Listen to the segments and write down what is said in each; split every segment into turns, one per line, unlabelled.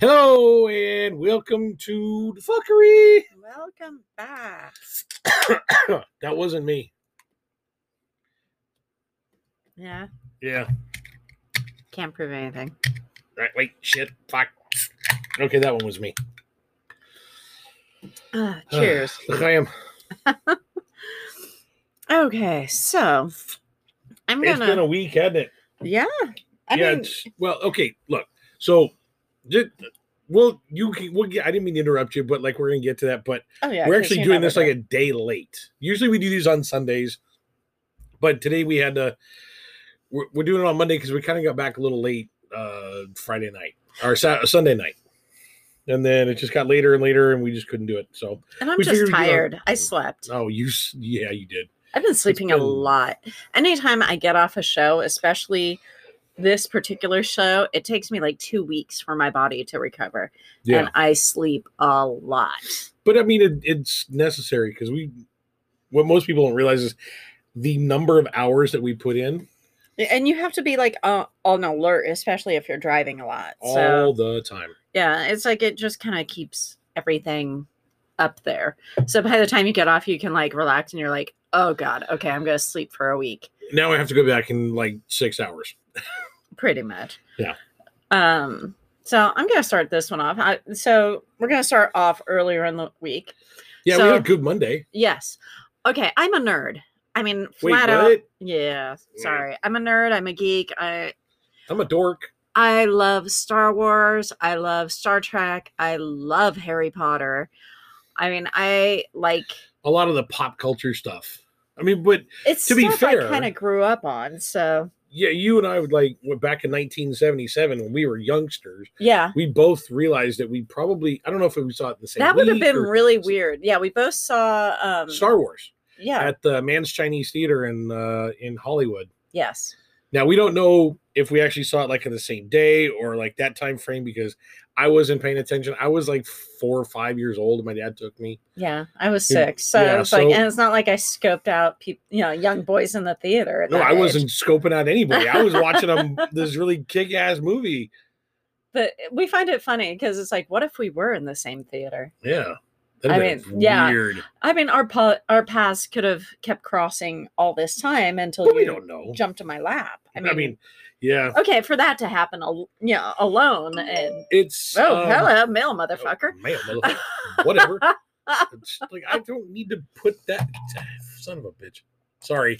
Hello and welcome to the fuckery.
Welcome back.
that wasn't me.
Yeah,
Yeah.
can't prove anything.
Right. Wait. Shit. Fuck. Okay, that one was me.
Ah, cheers.
Look, I am.
okay, so I'm
It's
gonna.
been a week, hasn't it?
yeah, I
yeah.
mean,
it's, well, okay. Look. So, did, well, you can. We'll get, I didn't mean to interrupt you, but like we're gonna get to that. But
oh yeah,
we're
'cause
actually
you're
doing
not
this like a
working.
day late. Usually we do these on Sundays, but today we had to. We're, we're doing it on Monday because we kind of got back a little late uh, Friday night or Sa- Sunday night, and then it just got later and later, and we just couldn't do it. So,
and I'm
we
just
figured we'd do a-
tired. I slept.
oh, you, s- yeah, you did.
I've been sleeping a
been-
lot. Anytime I get off a show, especially this particular show, it takes me like two weeks for my body to recover,
Yeah,
and I sleep a lot.
but I mean, it, it's necessary because we. What most people don't realize is the number of hours that we put in
And you have to be like uh, on alert, especially if you're driving a lot.
all
so
the time.
Yeah, it's like it just kind of keeps everything up there. So by the time you get off, you can like relax and you're like, oh God, okay, I'm going to sleep for a week,
Now I have to go back in like six hours.
pretty much.
Yeah.
Um, so I'm going to start this one off. I, so we're going to start off earlier in the week.
Yeah, we
So-
had a good Monday.
Yes. Okay, I'm a nerd. I mean,
Wait,
flat out.
what?
Yeah,
Yeah.
sorry. I'm a nerd. I'm a geek. I
I'm a dork.
I love Star Wars. I love Star Trek. I love Harry Potter. I mean, I like
a lot of the pop culture stuff. I mean, but
it's
To be
stuff
fair-
I kind of grew up on. So
yeah, you and I would like went back in 1977 when we were youngsters.
yeah,
We both realized that we probably I don't know if we saw it in the same.
that would have
week
been
or-
really weird. Yeah, we both saw. Um,
Star Wars
yeah.
at the Man's Chinese Theater in uh, in Hollywood.
yes.
Now we don't know if we actually saw it like on the same day or like that time frame because I wasn't paying attention. I was like four or five years old. and My dad took me.
Yeah, I was
Yeah,
six, so
yeah,
it's like,
so-
and it's not like I scoped out people, you know, young boys in the theater. at
No,
that
I
age.
wasn't scoping out anybody. I was watching um this really kick ass movie.
But we find it funny because it's like, what if we were in the same theater?
Yeah,
I
That'd been
mean, yeah.
weird.
I mean, our pa- our paths could have kept crossing all this time until
But
you
we don't know.
jumped to my lap. I
I
mean,
mean, yeah,
okay, for that to happen, al- you know, alone and
it's
oh,
um,
hello, male
oh,
motherfucker.
man, motherfucker, whatever. It's like I don't need to put that. Son of a bitch. Sorry,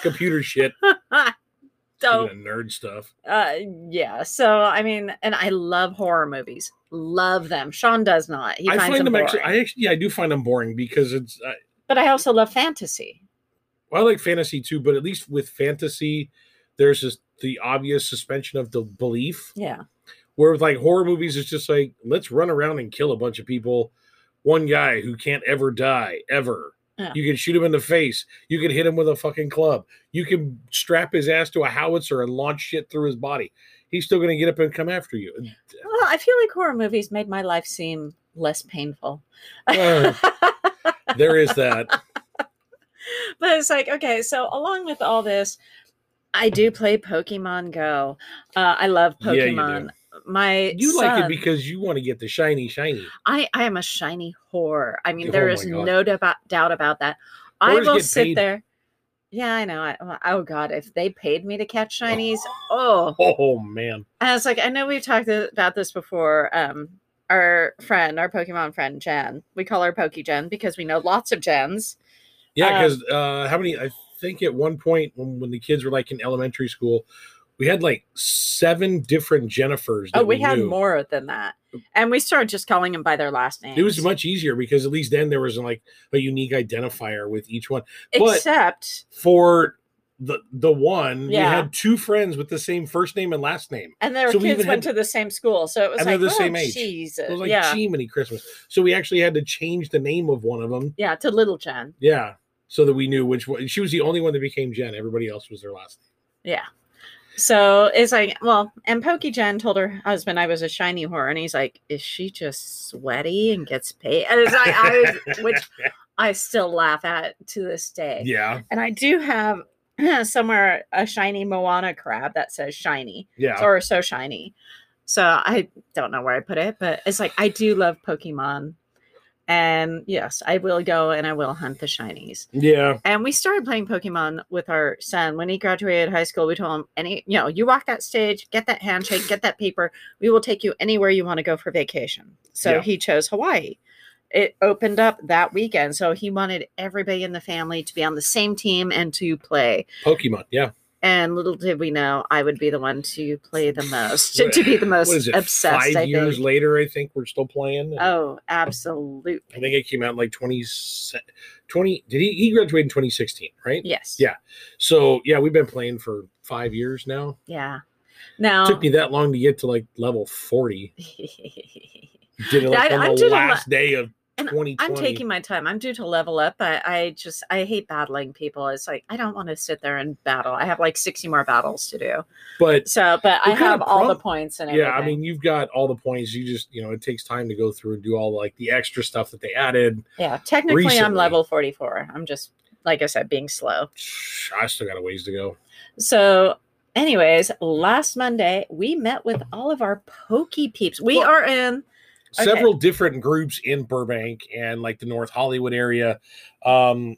computer shit.
so
stupid nerd stuff.
uh yeah so i mean and i love horror movies love them sean does not he
I
finds
find
them
them actually.
boring.
I actually, yeah, I do find them boring because it's. I,
but i also love fantasy
well, I like fantasy too, but at least with fantasy, there's this, the obvious suspension of the belief.
yeah
Where with like horror movies, it's just like let's run around and kill a bunch of people. One guy who can't ever die ever.
Yeah.
You can shoot him in the face. You can hit him with a fucking club. You can strap his ass to a howitzer and launch shit through his body. He's still going to get up and come after you.
well i feel like horror movies made my life seem less painful
Uh, there is that.
but it's like okay so along with all this i do play pokemon go uh, i love
Yeah, you do.
pokemon my
You like it
son-
because you want to get the shiny, shiny.
I I am a shiny whore. I mean,
Oh
there
my
is
God.
no doubt doubt about that. I
Whores
will
get
sit
paid.
there. Yeah, I know. I, well, oh God, if they paid me to catch shinies, oh,
Oh man,
I was like, I know we've talked th- about this before. Um, our friend, our Pokemon friend Jen, we call her Poke Jen because we know lots of Jens.
yeah.
Um,
Because uh, how many? I think at one point when, when the kids were like in elementary school, we had like seven different Jennifers.
Oh,
that
we, had
knew.
more than that, and we started just calling them by their last name.
It was much easier because at least then there was like a unique identifier with each one. but-
except
For the the one,
Yeah.
we had two friends with the same first name and last name.
and their
so we
kids
even
went
had-
to the same school, so it was
And
like
they're the
oh,
same age. It
Jesus,
It was like
yeah,
gee many Christmas. So we actually had to change the name of one of them.
yeah, to little Jen.
Yeah. So that we knew which one. She was the only one that became Jen. Everybody else was their last name.
Yeah. So it's like, well, and Pokey Jen told her husband I was a shiny whore, and he's like, "Is she just sweaty and gets paid?" And it's like, I was, which I still laugh at to this day.
Yeah.
And I do have somewhere a shiny Moana crab that says shiny
Yeah.
or so shiny. So I don't know where I put it, but it's like I do love Pokemon. And yes, I will go and I will hunt the shinies.
Yeah.
And we started playing Pokemon with our son when he graduated high school. We told him, any, you know, you walk that stage, get that handshake, get that paper. We will take you anywhere you want to go for vacation. So
Yeah.
he chose Hawaii. It opened up that weekend, so he wanted everybody in the family to be on the same team and to play.
Pokemon. Yeah.
And little did we know, I would be the one to play the most, to be the most
What is it?
obsessed.
five
I
years
think.
later, I think we're still playing. and
Oh, absolutely.
I think it came out in like 20, 20 did he, he graduated in 2016, right?
Yes.
Yeah. So yeah, we've been playing for five years now.
Yeah. Now,
took me that long to get to like level 40. Did it like
I-
on
I'm
the
doing a lot-
last day of
And
2020.
I'm taking my time. I'm due to level up, but I just I hate battling people. It's like I don't want to sit there and battle. I have like 60 more battles to do.
but
So, but I
What kind of
have all the
prob-
points and everything.
yeah, I mean, you've got all the points. You just, you know, it takes time to go through and do all like the extra stuff that they added.
yeah. Technically, I'm
recently-
level 44. I'm just like I said, being slow.
I still got a ways to go.
So, anyways, last Monday we met with all of our pokey peeps. We
Well-
are in. Okay.
several different groups in Burbank and like the North Hollywood area. Um,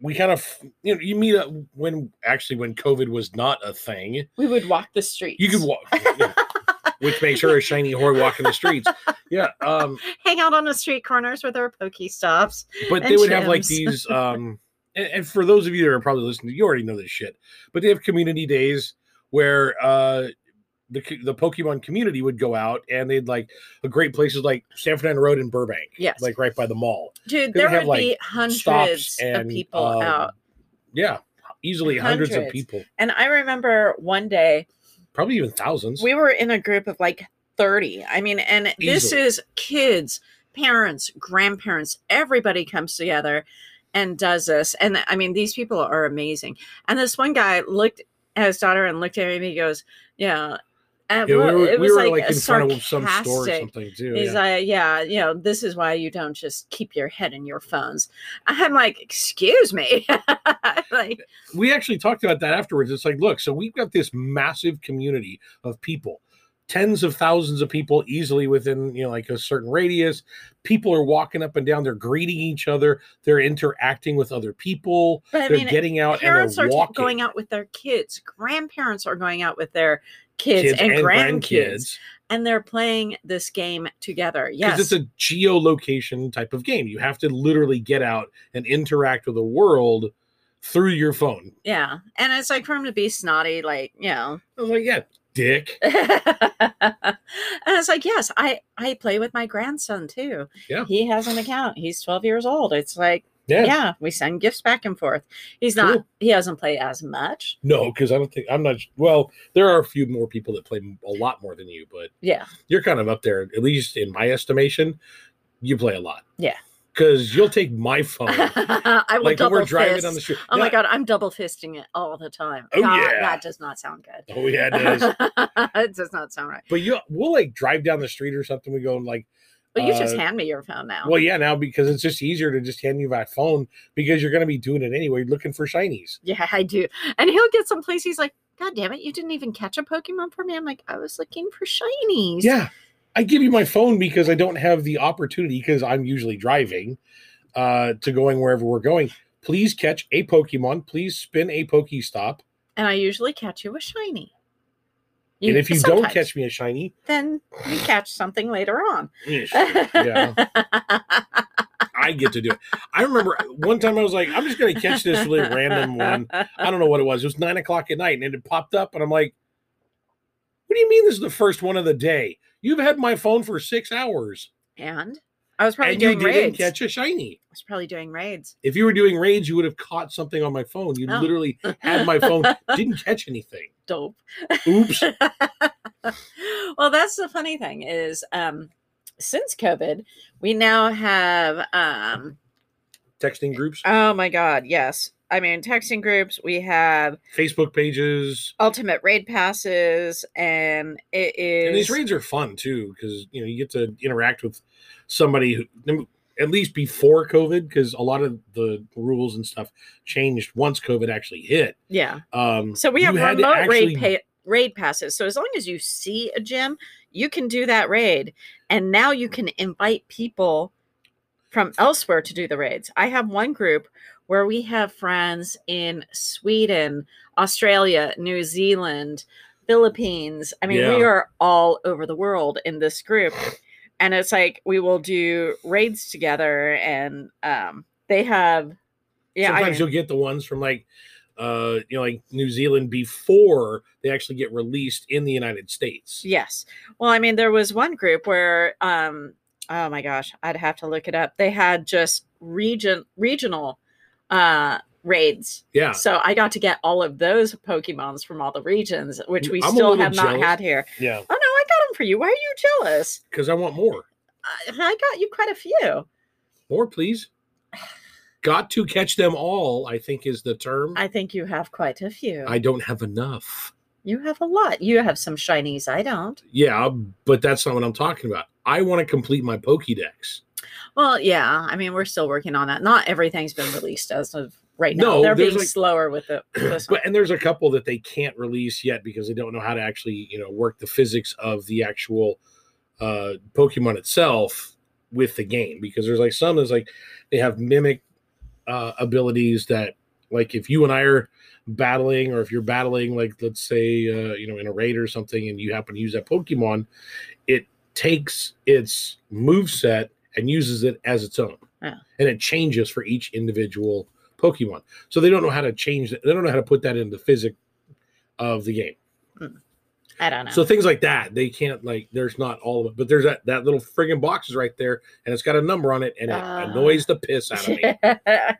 we kind of, you know, you meet up when actually when COVID was not a thing.
We would walk the streets.
You could walk, which makes her a shiny whore walking the streets. Yeah, um,
hang out on the street corners with our pokey stops.
but they
And
would have like
gyms.
these. Um, and, and for those of you that are probably listening, you already know this shit. But they have community days where uh, the co- the Pokemon community would go out and they'd like a great places like San Fernando Road in Burbank.
Yes.
like right by the mall.
Dude,
They
there
would
would
have, like,
be hundreds
stops and
of people
um,
out.
Yeah, easily hundreds. of
Hundreds.
people,
And I remember one day
probably even thousands.
we were in a group of like 30. I mean, and this
Easily.
is kids, parents, grandparents, everybody comes together and does this. And I mean, these people are amazing. And this one guy looked at his daughter and looked at him. He goes, Yeah. And
yeah, we
well,
were,
it
we
was
were
like,
like,
a
in front of some store or
sarcastic-
something too.
He's
yeah.
like, yeah, you know, this is why you don't just keep your head in your phones. I'm like, excuse me. like,
we actually talked about that afterwards. It's like, look, so we've got this massive community of people, tens of thousands of people easily within, you know, like a certain radius. People are walking up and down, they're greeting each other, they're interacting with other people,
but I
they're
mean,
getting out and
parents
they're
are t-
walking.
going out with their kids grandparents are going out with their kids, and, grandkids and they're playing this game together
Because
yes
it's a geolocation type of game. You have to literally get out and interact with the world through your phone.
yeah and it's like for him to be snotty like you know
I was like, yeah, dick.
and it's like yes i i play with my grandson too
Yeah.
he has an account he's 12 years old it's like
Yeah.
yeah, we send gifts back and forth he's not
Cool.
he hasn't played as much
No, because I don't think I'm not. Well, there are a few more people that play a lot more than you, but
yeah
you're kind of up there, at least in my estimation. You play a lot.
Yeah.
Because you'll take my phone.
i will
Oh, like when
double
we're driving
fist.
on the street.
Oh my
Not-
god, I'm double fisting it all the time.
Oh,
God,
yeah.
that does not sound good.
Oh, yeah, it is.
it does not sound right.
but you, we'll like drive down the street or something. We go and like,
Well, you just
Uh,
hand me your phone now.
well, yeah, now because it's just easier to just hand you my phone because you're going to be doing it anyway, looking for shinies.
yeah, I do. And he'll get someplace. He's like, "God damn it, you didn't even catch a Pokemon for me." I'm like, "I was looking for shinies."
Yeah. I give you my phone because I don't have the opportunity because I'm usually driving uh, to going wherever we're going. Please catch a Pokemon. Please spin a Pokestop.
And I usually catch you a shiny.
and if you don't
sometimes.
catch me a shiny,
then you catch something later on.
yeah, I get to do it. I remember one time I was like, I'm just going to catch this really random one. I don't know what it was. It was nine o'clock at night and it popped up. And I'm like, what do you mean this is the first one of the day? You've had my phone for six hours
And I was probably
and you
doing
didn't
raids.
catch a shiny.
I was probably doing raids.
If you were doing raids, you would have caught something on my phone. You
Oh.
literally had my phone, didn't catch anything.
Dope.
Oops.
well, that's the funny thing is, um, since COVID, we now have, um,
Texting groups,
oh my God, yes. I mean, texting groups, we have
Facebook pages.
ultimate raid passes, and it is.
And these raids are fun too because you know you get to interact with somebody who, at least before COVID, because a lot of the rules and stuff changed once COVID actually hit.
yeah.
Um,
So we have
you had to
remote raid
actually
pa- raid passes. So as long as you see a gym, you can do that raid. And now you can invite people from elsewhere to do the raids. I have one group where we have friends in Sweden, Australia, New Zealand, Philippines. I mean, we
Yeah.
are all over the world in this group. And it's like we will do raids together and um they have yeah, I
Sometimes
mean-
you'll get the ones from like uh you know like New Zealand before they actually get released in the United States.
Yes. Well, I mean, there was one group where, um, oh my gosh, I'd have to look it up. They had just region regional uh, raids,
Yeah.
so I got to get all of those Pokemons from all the regions, which we
I'm a
still
little
have not
jealous.
had here.
Yeah.
Oh no, I got them for you. Why are you jealous?
Because I want more.
I, I got you quite a few.
More, please. Got to catch them all, I think is the term. I,
I think you have quite a few.
don't have enough.
you have a lot. You have some shinies. I don't.
Yeah, but that's not what I'm talking about. I want to complete my Pokédex.
Well, yeah. I mean, we're still working on that. Not everything's been released as of right now.
No,
They're
there's
being
like-
slower with the. with this one.
But and there's a couple that they can't release yet because they don't know how to actually, you know, work the physics of the actual uh Pokemon itself with the game because there's like some that's like they have mimic uh abilities that like if you and I are battling or if you're battling like let's say uh you know in a raid or something and you happen to use that Pokemon, it takes its move set and uses it as its own.
Yeah.
And it changes for each individual Pokemon. So they don't know how to change that. They don't know how to put that into the physic of the game.
I don't know.
So things like that, they can't like. There's not all of it, but there's that that little friggin' box is right there, and it's got a number on it, and it
Ah.
annoys the piss out of me.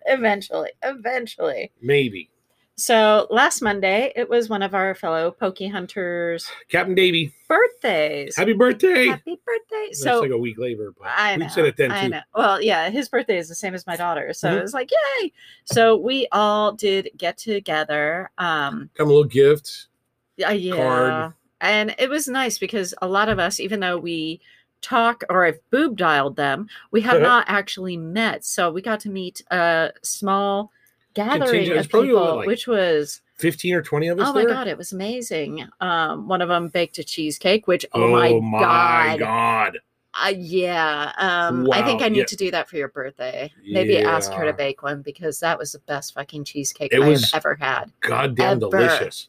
eventually, eventually.
Maybe
So last Monday, it was one of our fellow pokey hunters'
Captain Davy,
birthdays.
happy birthday!
Happy birthday!
That's
So
like a week later, but
I know.
we said it then
I
too.
know. Well, yeah, his birthday is the same as my daughter, so
Mhm.
it was like yay! So we all did get together. Um,
Come a little gift.
yeah, yeah. and it was nice because a lot of us, even though we talk or I've boob dialed them, we have not actually met. So we got to meet a small gathering
Contingent. It's
of
probably
people,
what, like,
which was
Fifteen or twenty of us.
oh my
there?
god, it was amazing. Um, one of them baked a cheesecake, which oh,
Oh
my,
my
god,
god!
Uh, yeah. Um, I think
Wow,
I need
yeah.
to do that for your birthday. Maybe ask her
Yeah.
to bake one because that was the best fucking cheesecake
It
I
was
have ever had.
Goddamn
Ever.
delicious.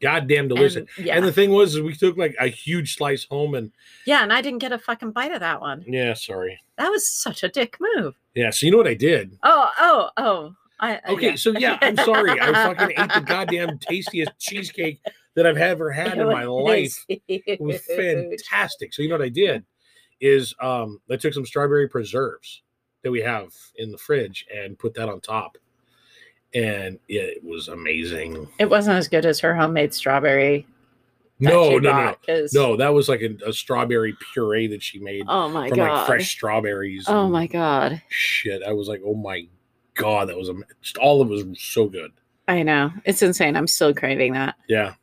Goddamn delicious.
And, yeah,
And the thing was, is we took like a huge slice home, and
yeah, and I didn't get a fucking bite of that one.
yeah, sorry.
That was such a dick move.
Yeah, so you know what I did?
Oh, oh, oh. I, I-
Okay,
yeah.
so yeah, I'm sorry. I fucking ate the goddamn tastiest cheesecake that I've ever had in my life. It was fantastic. So you know what I did is um I took some strawberry preserves that we have in the fridge and put that on top. And it was amazing.
It wasn't as good as her homemade strawberry. that
No,
she
no, no,
bought, 'cause-
no. No, that was like a, a strawberry puree that she made
Oh my
from
god.
like fresh strawberries.
oh
and-
my god.
shit. I was like, oh my god, that was am- just all of it was so good.
I know. It's insane. I'm still craving that.
Yeah,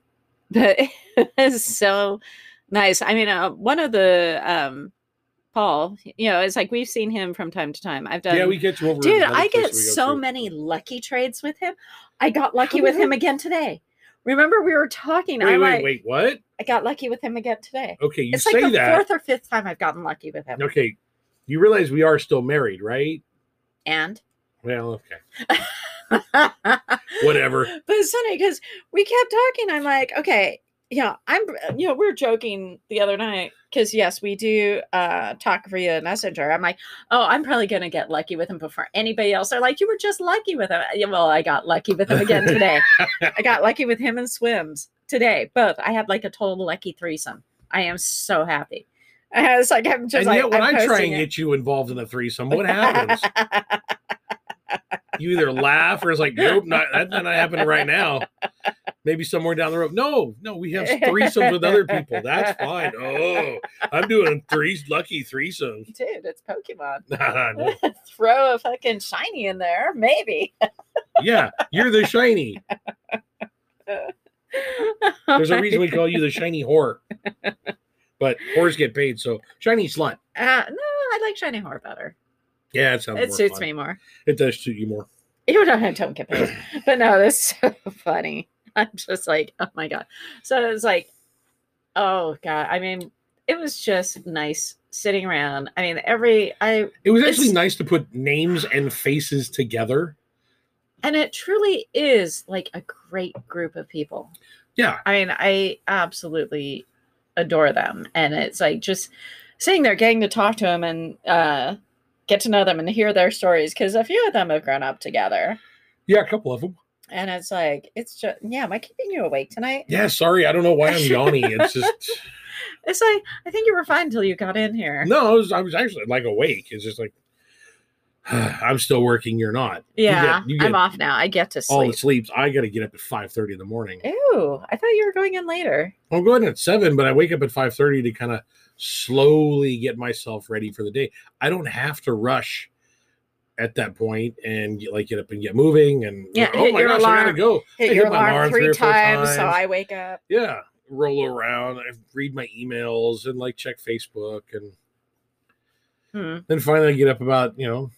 But it's so nice. I mean, uh, one of the um Paul, you know, it's like we've seen him from time to time. I've done
yeah, we get you over. to
Dude,
another
I
place
get
we go
so
to.
many lucky trades with him. I got lucky
How
with
the
him again today. Remember we were talking.
Wait,
I'm
wait,
like,
wait. What?
I got lucky with him again today.
Okay, you
it's
say
like the
that.
fourth or fifth time I've gotten lucky with him.
Okay, you realize we are still married, right?
And
Well, okay,
but
whatever.
it's funny because we kept talking. I'm like, okay, yeah, I'm you know, we were joking the other night because yes, we do uh talk via messenger. I'm like, oh, I'm probably gonna get lucky with him before anybody else. They're like, you were just lucky with him. Yeah, well, I got lucky with him again today. I got lucky with him and swims today. Both. I had like a total lucky threesome. I am so happy. I was like, I'm
and
just like,
yet, when
I'm
I try
posting
and
it.
get you involved in a threesome, what happens? you either laugh or it's like, nope, not that's not happening right now. Maybe somewhere down the road. No, no, we have threesomes with other people. That's fine. Oh, I'm doing three lucky threesomes.
Dude, it's Pokemon.
No.
Throw a fucking shiny in there, maybe.
yeah, you're the shiny. There's a
Like,
reason we call you the shiny whore. But whores get paid, so shiny slut.
uh, no, I like shiny whore better.
Yeah, it sounds.
it
Oh, more
suits
fun.
me more.
It does suit you more.
You don't, I don't get paid, but no, that's so funny. I'm just like, oh my god. So it's like, oh god. I mean, it was just nice sitting around. I mean, every I
It was actually
It's-
nice to put names and faces together.
and it truly is like a great group of people.
Yeah.
I mean, I absolutely adore them, and it's like just sitting there, getting to talk to them and uh, get to know them and hear their stories because a few of them have grown up together,
Yeah, a couple of them.
and it's like it's just yeah. Am I keeping you awake tonight?
Yeah, sorry. I don't know why I'm yawning. It's just
It's like I think you were fine until you got in here.
no, I was I was actually like awake. It's just like I'm still working, you're not. You get-
yeah,
you get
I'm off now. I get to
all
sleep.
the sleeps. I gotta get up at five thirty in the morning.
Ew, I thought you were going in later.
I'm going at seven, but I wake up at five thirty to kind of slowly get myself ready for the day. I don't have to rush at that point and get, like get up and get moving and
Yeah,
oh
hit
my
your
gosh, I gotta
alarm.
go.
Hit
hit
your
my
alarm,
alarm
three
three or four
times, so
times.
I wake up.
Yeah, roll around, I read my emails and like check Facebook and
Hmm.
then finally I get up about, you know,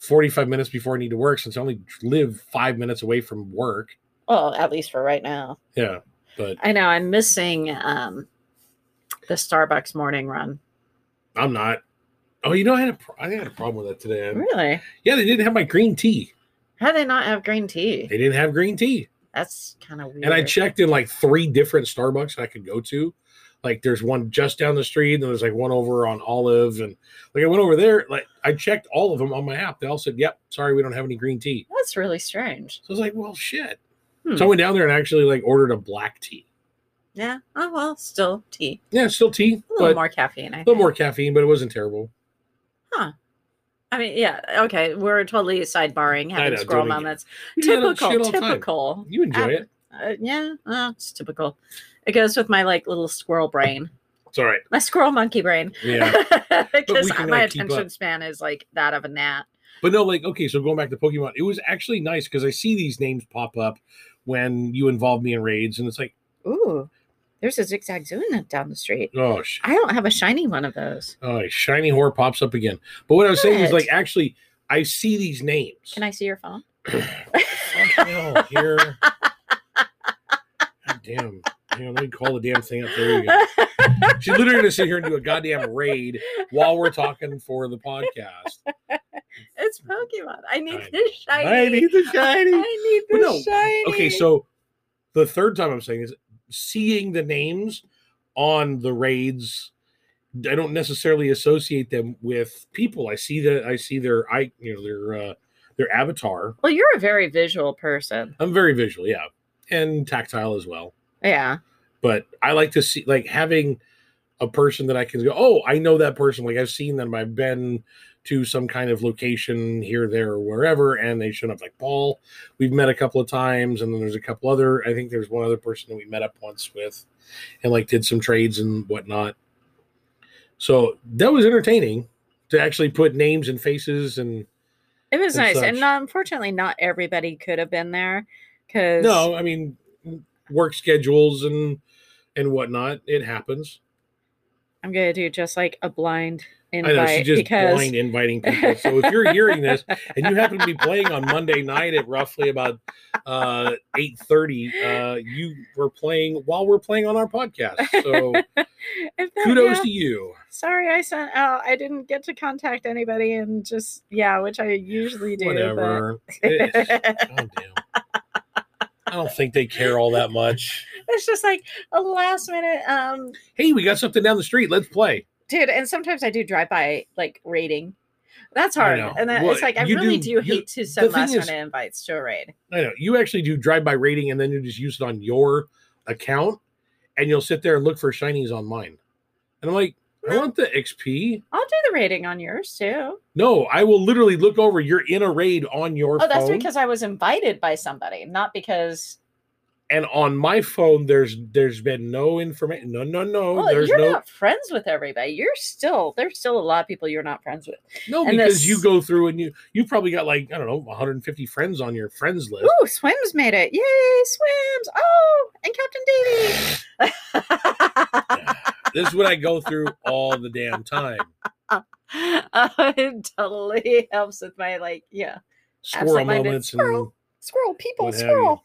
45 minutes before I need to work since I only live 5 minutes away from work.
Well, at least for right now.
Yeah, but
I know I'm missing um the Starbucks morning run.
I'm not. Oh, you know I had a pro- I had a problem with that today.
Really?
Yeah, they didn't have my green tea.
How do they not have green tea?
They didn't have green tea.
That's kind of weird.
And I checked in like three different Starbucks I could go to. Like there's one just down the street, and there's like one over on Olive, and like I went over there. Like I checked all of them on my app. They all said, "Yep, sorry, we don't have any green tea."
That's really strange.
So I was like, "Well, shit."
Hmm.
So I went down there and actually like ordered a black tea.
Yeah. Oh well, still tea.
Yeah, it's still tea,
A little
but
more caffeine. I
a little
think.
more caffeine, but it wasn't terrible.
I mean, yeah. Okay, we're totally sidebarring having
know,
squirrel
totally get
moments.
You do that all- shit
Typical.
all the time.
Typical.
You enjoy
Ab-
it.
Uh, yeah. Well, it's typical. It goes with my like little squirrel brain,
It's all right.
my squirrel monkey brain,
Yeah.
because
cannot
my
keep up.
attention span is like that of a gnat.
But no, like okay, so going back to Pokemon, it was actually nice because I see these names pop up when you involve me in raids, and it's like,
Ooh, there's a zigzag zuna down the street.
oh, sh-
I don't have a shiny one of those.
oh, shiny whore pops up again. But what I was saying is
Good.
like actually, I see these names.
Can I see your phone?
Fuck no, here? God damn. Hang on, let me call the damn thing up. There you go. She's literally gonna sit here and do a goddamn raid while we're talking for the podcast.
it's Pokemon. I need
I
this shiny.
I need the shiny.
I need
Well,
this
no,
shiny.
Okay, so the third time I'm saying is seeing the names on the raids. I don't necessarily associate them with people. I see that I see their I you know their uh, their avatar.
Well, you're a very visual person.
I'm very visual, yeah, and tactile as well.
Yeah.
But I like to see like having a person that I can go, oh, I know that person. Like I've seen them. I've been to some kind of location here, there, or wherever, and they showed up. Like Paul, we've met a couple of times, and then there's a couple other. I think there's one other person that we met up once with, and like did some trades and whatnot. So that was entertaining to actually put names and faces and
It was
And
nice.
such.
And not, unfortunately, not everybody could have been there because
no, I mean work schedules and and whatnot. It happens.
I'm going to do just like a blind
I
invite
know she's just
because
blind inviting people. So if you're hearing this and you happen to be playing on Monday night at roughly about uh, eight thirty, uh, you were playing while we're playing on our podcast. So
If that-
kudos
yeah,
to you.
sorry, I sent out. I didn't get to contact anybody, and just yeah, which I usually do. but-
Whatever. It's- goddamn. I don't think they care all that much.
it's just like a last minute um
Hey, we got something down the street. Let's play.
dude and sometimes i do drive by like raiding that's
I
hard
know.
and then
Well,
it's like i
you
really
do-
do,
you-
hate to send
thing
last
is-
minute invites to a raid
I know you actually do drive by rating and then you just use it on your account and you'll sit there and look for shinies on mine. And I'm like, I want the XP.
i'll do the raiding on yours too
No, I will literally look over. You're in a raid on your
oh that's
phone,
because i was invited by somebody not because
and on my phone, there's there's been no information. No, no, no.
well
Oh, there's
Oh, you're
no
not friends with everybody you're still there's still a lot of people you're not friends with
no
and
because
this-
you go through and you you've probably got like I don't know 150 friends on your friends list.
Ooh, swims made it yay swims oh and captain davy
this is what I go through all the damn time.
Uh, it totally helps with my like yeah
Squirrel
Absent-minded
moments
squirrel.
and
squirrel people
What have you.
squirrel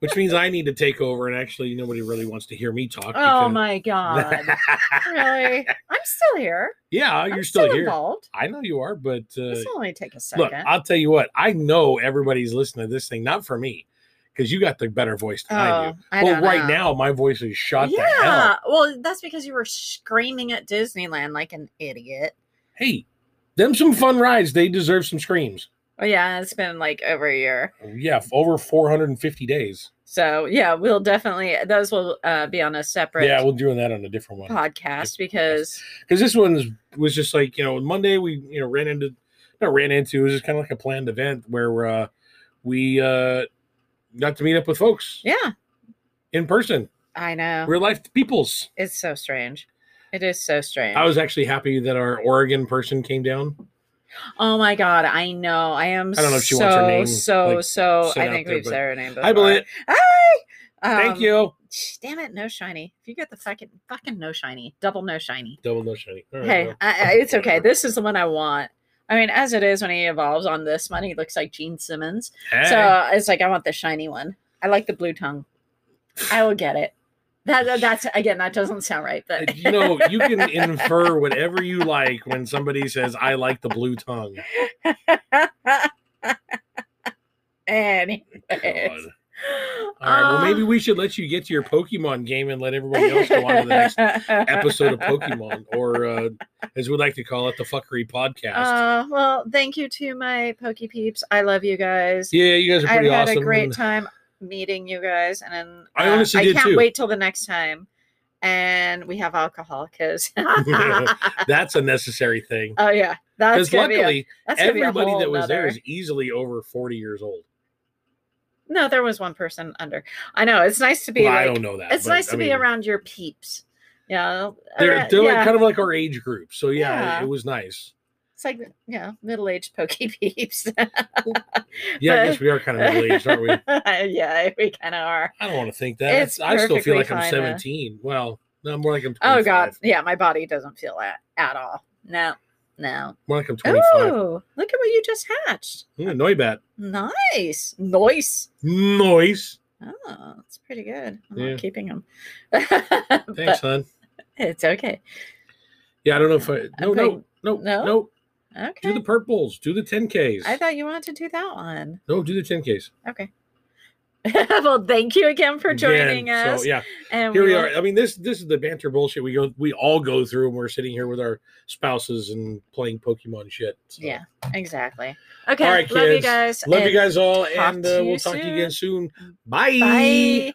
which means I need to take over. And actually, nobody really wants to hear me talk.
oh
because-
my god. really? I'm still here.
yeah,
I'm
you're still, here.
involved.
I know you are, but uh,
This will only take a second.
look, I'll tell you what. I know everybody's listening to this thing, not for me, because you got the better voice than I do.
oh, I
well,
don't
right
know.
now, my voice is shot
yeah.
the hell.
Well, that's because you were screaming at Disneyland like an idiot.
Hey, them some fun rides. They deserve some screams.
Oh yeah, it's been like over a year.
Yeah, f- over 450 days.
So yeah, we'll definitely those will uh, be on a separate
Yeah, we're doing that on a different one.
podcast because
because this one was, was just like you know Monday we you know ran into not ran into it was just kind of like a planned event where uh, we uh, got to meet up with folks
yeah,
in person,
I know
real life peoples.
it's so strange. It is so strange.
I was actually happy that our Oregon person came down.
oh my god, I know. I am.
I don't know if she
so,
wants her name,
So
like,
so.
said
I
out
think
there,
we've
but-
said her name before.
Hi, Blit.
Hi.
Thank
Um,
you.
sh- Damn it, no shiny. If you get the fucking fucking no shiny, double no shiny.
Double no shiny. All right,
Hey,
well,
I, I, it's okay.
whatever.
This is the one I want. I mean, as it is when he evolves on this one, he looks like Gene Simmons.
Hey.
So uh, it's like I want the shiny one. I like the blue tongue. I will get it. That, that- that's again that doesn't sound right,
Uh,
but
you know, you can infer whatever you like when somebody says, I like the blue tongue.
Anyways.
God. All right. Well, maybe we should let you get to your Pokemon game and let everybody else go on to the next episode of Pokemon, or uh, as we like to call it, the Fuckery Podcast.
Uh, well, thank you to my Pokey Peeps. I love you guys.
yeah, you guys are
I've
pretty
had
awesome.
a great
and
time meeting you guys, and then,
I
uh,
honestly
I
did
can't
too.
wait till the next time, and we have alcohol because oh
That's a necessary thing.
yeah, Oh, that's
Because
gonna be a-
luckily,
that's gonna be a
everybody
whole
that was there
nother-
is easily over 40 years old.
No, there was one person under. I know it's nice to be.
Well, I
like,
don't know that.
It's
but,
nice
I
to be
mean,
around your peeps. Yeah,
They're,
around-
they're like
yeah.
kind of like our age group. So, yeah,
Yeah.
It, it was nice.
it's like yeah, middle-aged pokey peeps.
Yeah, I
But-
guess we are kind of middle aged, aren't we?
yeah, we kind of are.
I don't want to think that.
It's
I still feel
perfectly
like I'm
fine, uh,
17. Well, no, more like I'm 25.
Oh god, yeah, my body doesn't feel that at all. No, no.
More like I'm 25.
Oh, look at what you just hatched.
Mm, Noibat.
Nice, nice.
Noise.
Oh, that's pretty good. I'm
Yeah.
not keeping them. but
Thanks, hon.
it's okay.
Yeah, I don't know if I. No,
I'm
no,
putting-
no,
no?
no.
Okay.
Do the purples. Do the 10Ks.
I thought you wanted to do that one.
no, do the 10Ks.
Okay. well, thank you again for
Again,
joining us.
So, yeah,
And
here we
will-
are. I mean, this this is the banter bullshit we go we all go through and we're sitting here with our spouses and playing Pokemon shit. So.
Yeah, exactly. Okay.
right,
love you
kids.
guys.
Love you
and
guys all
talk
and
to
uh,
you
we'll talk to you again soon.
Bye.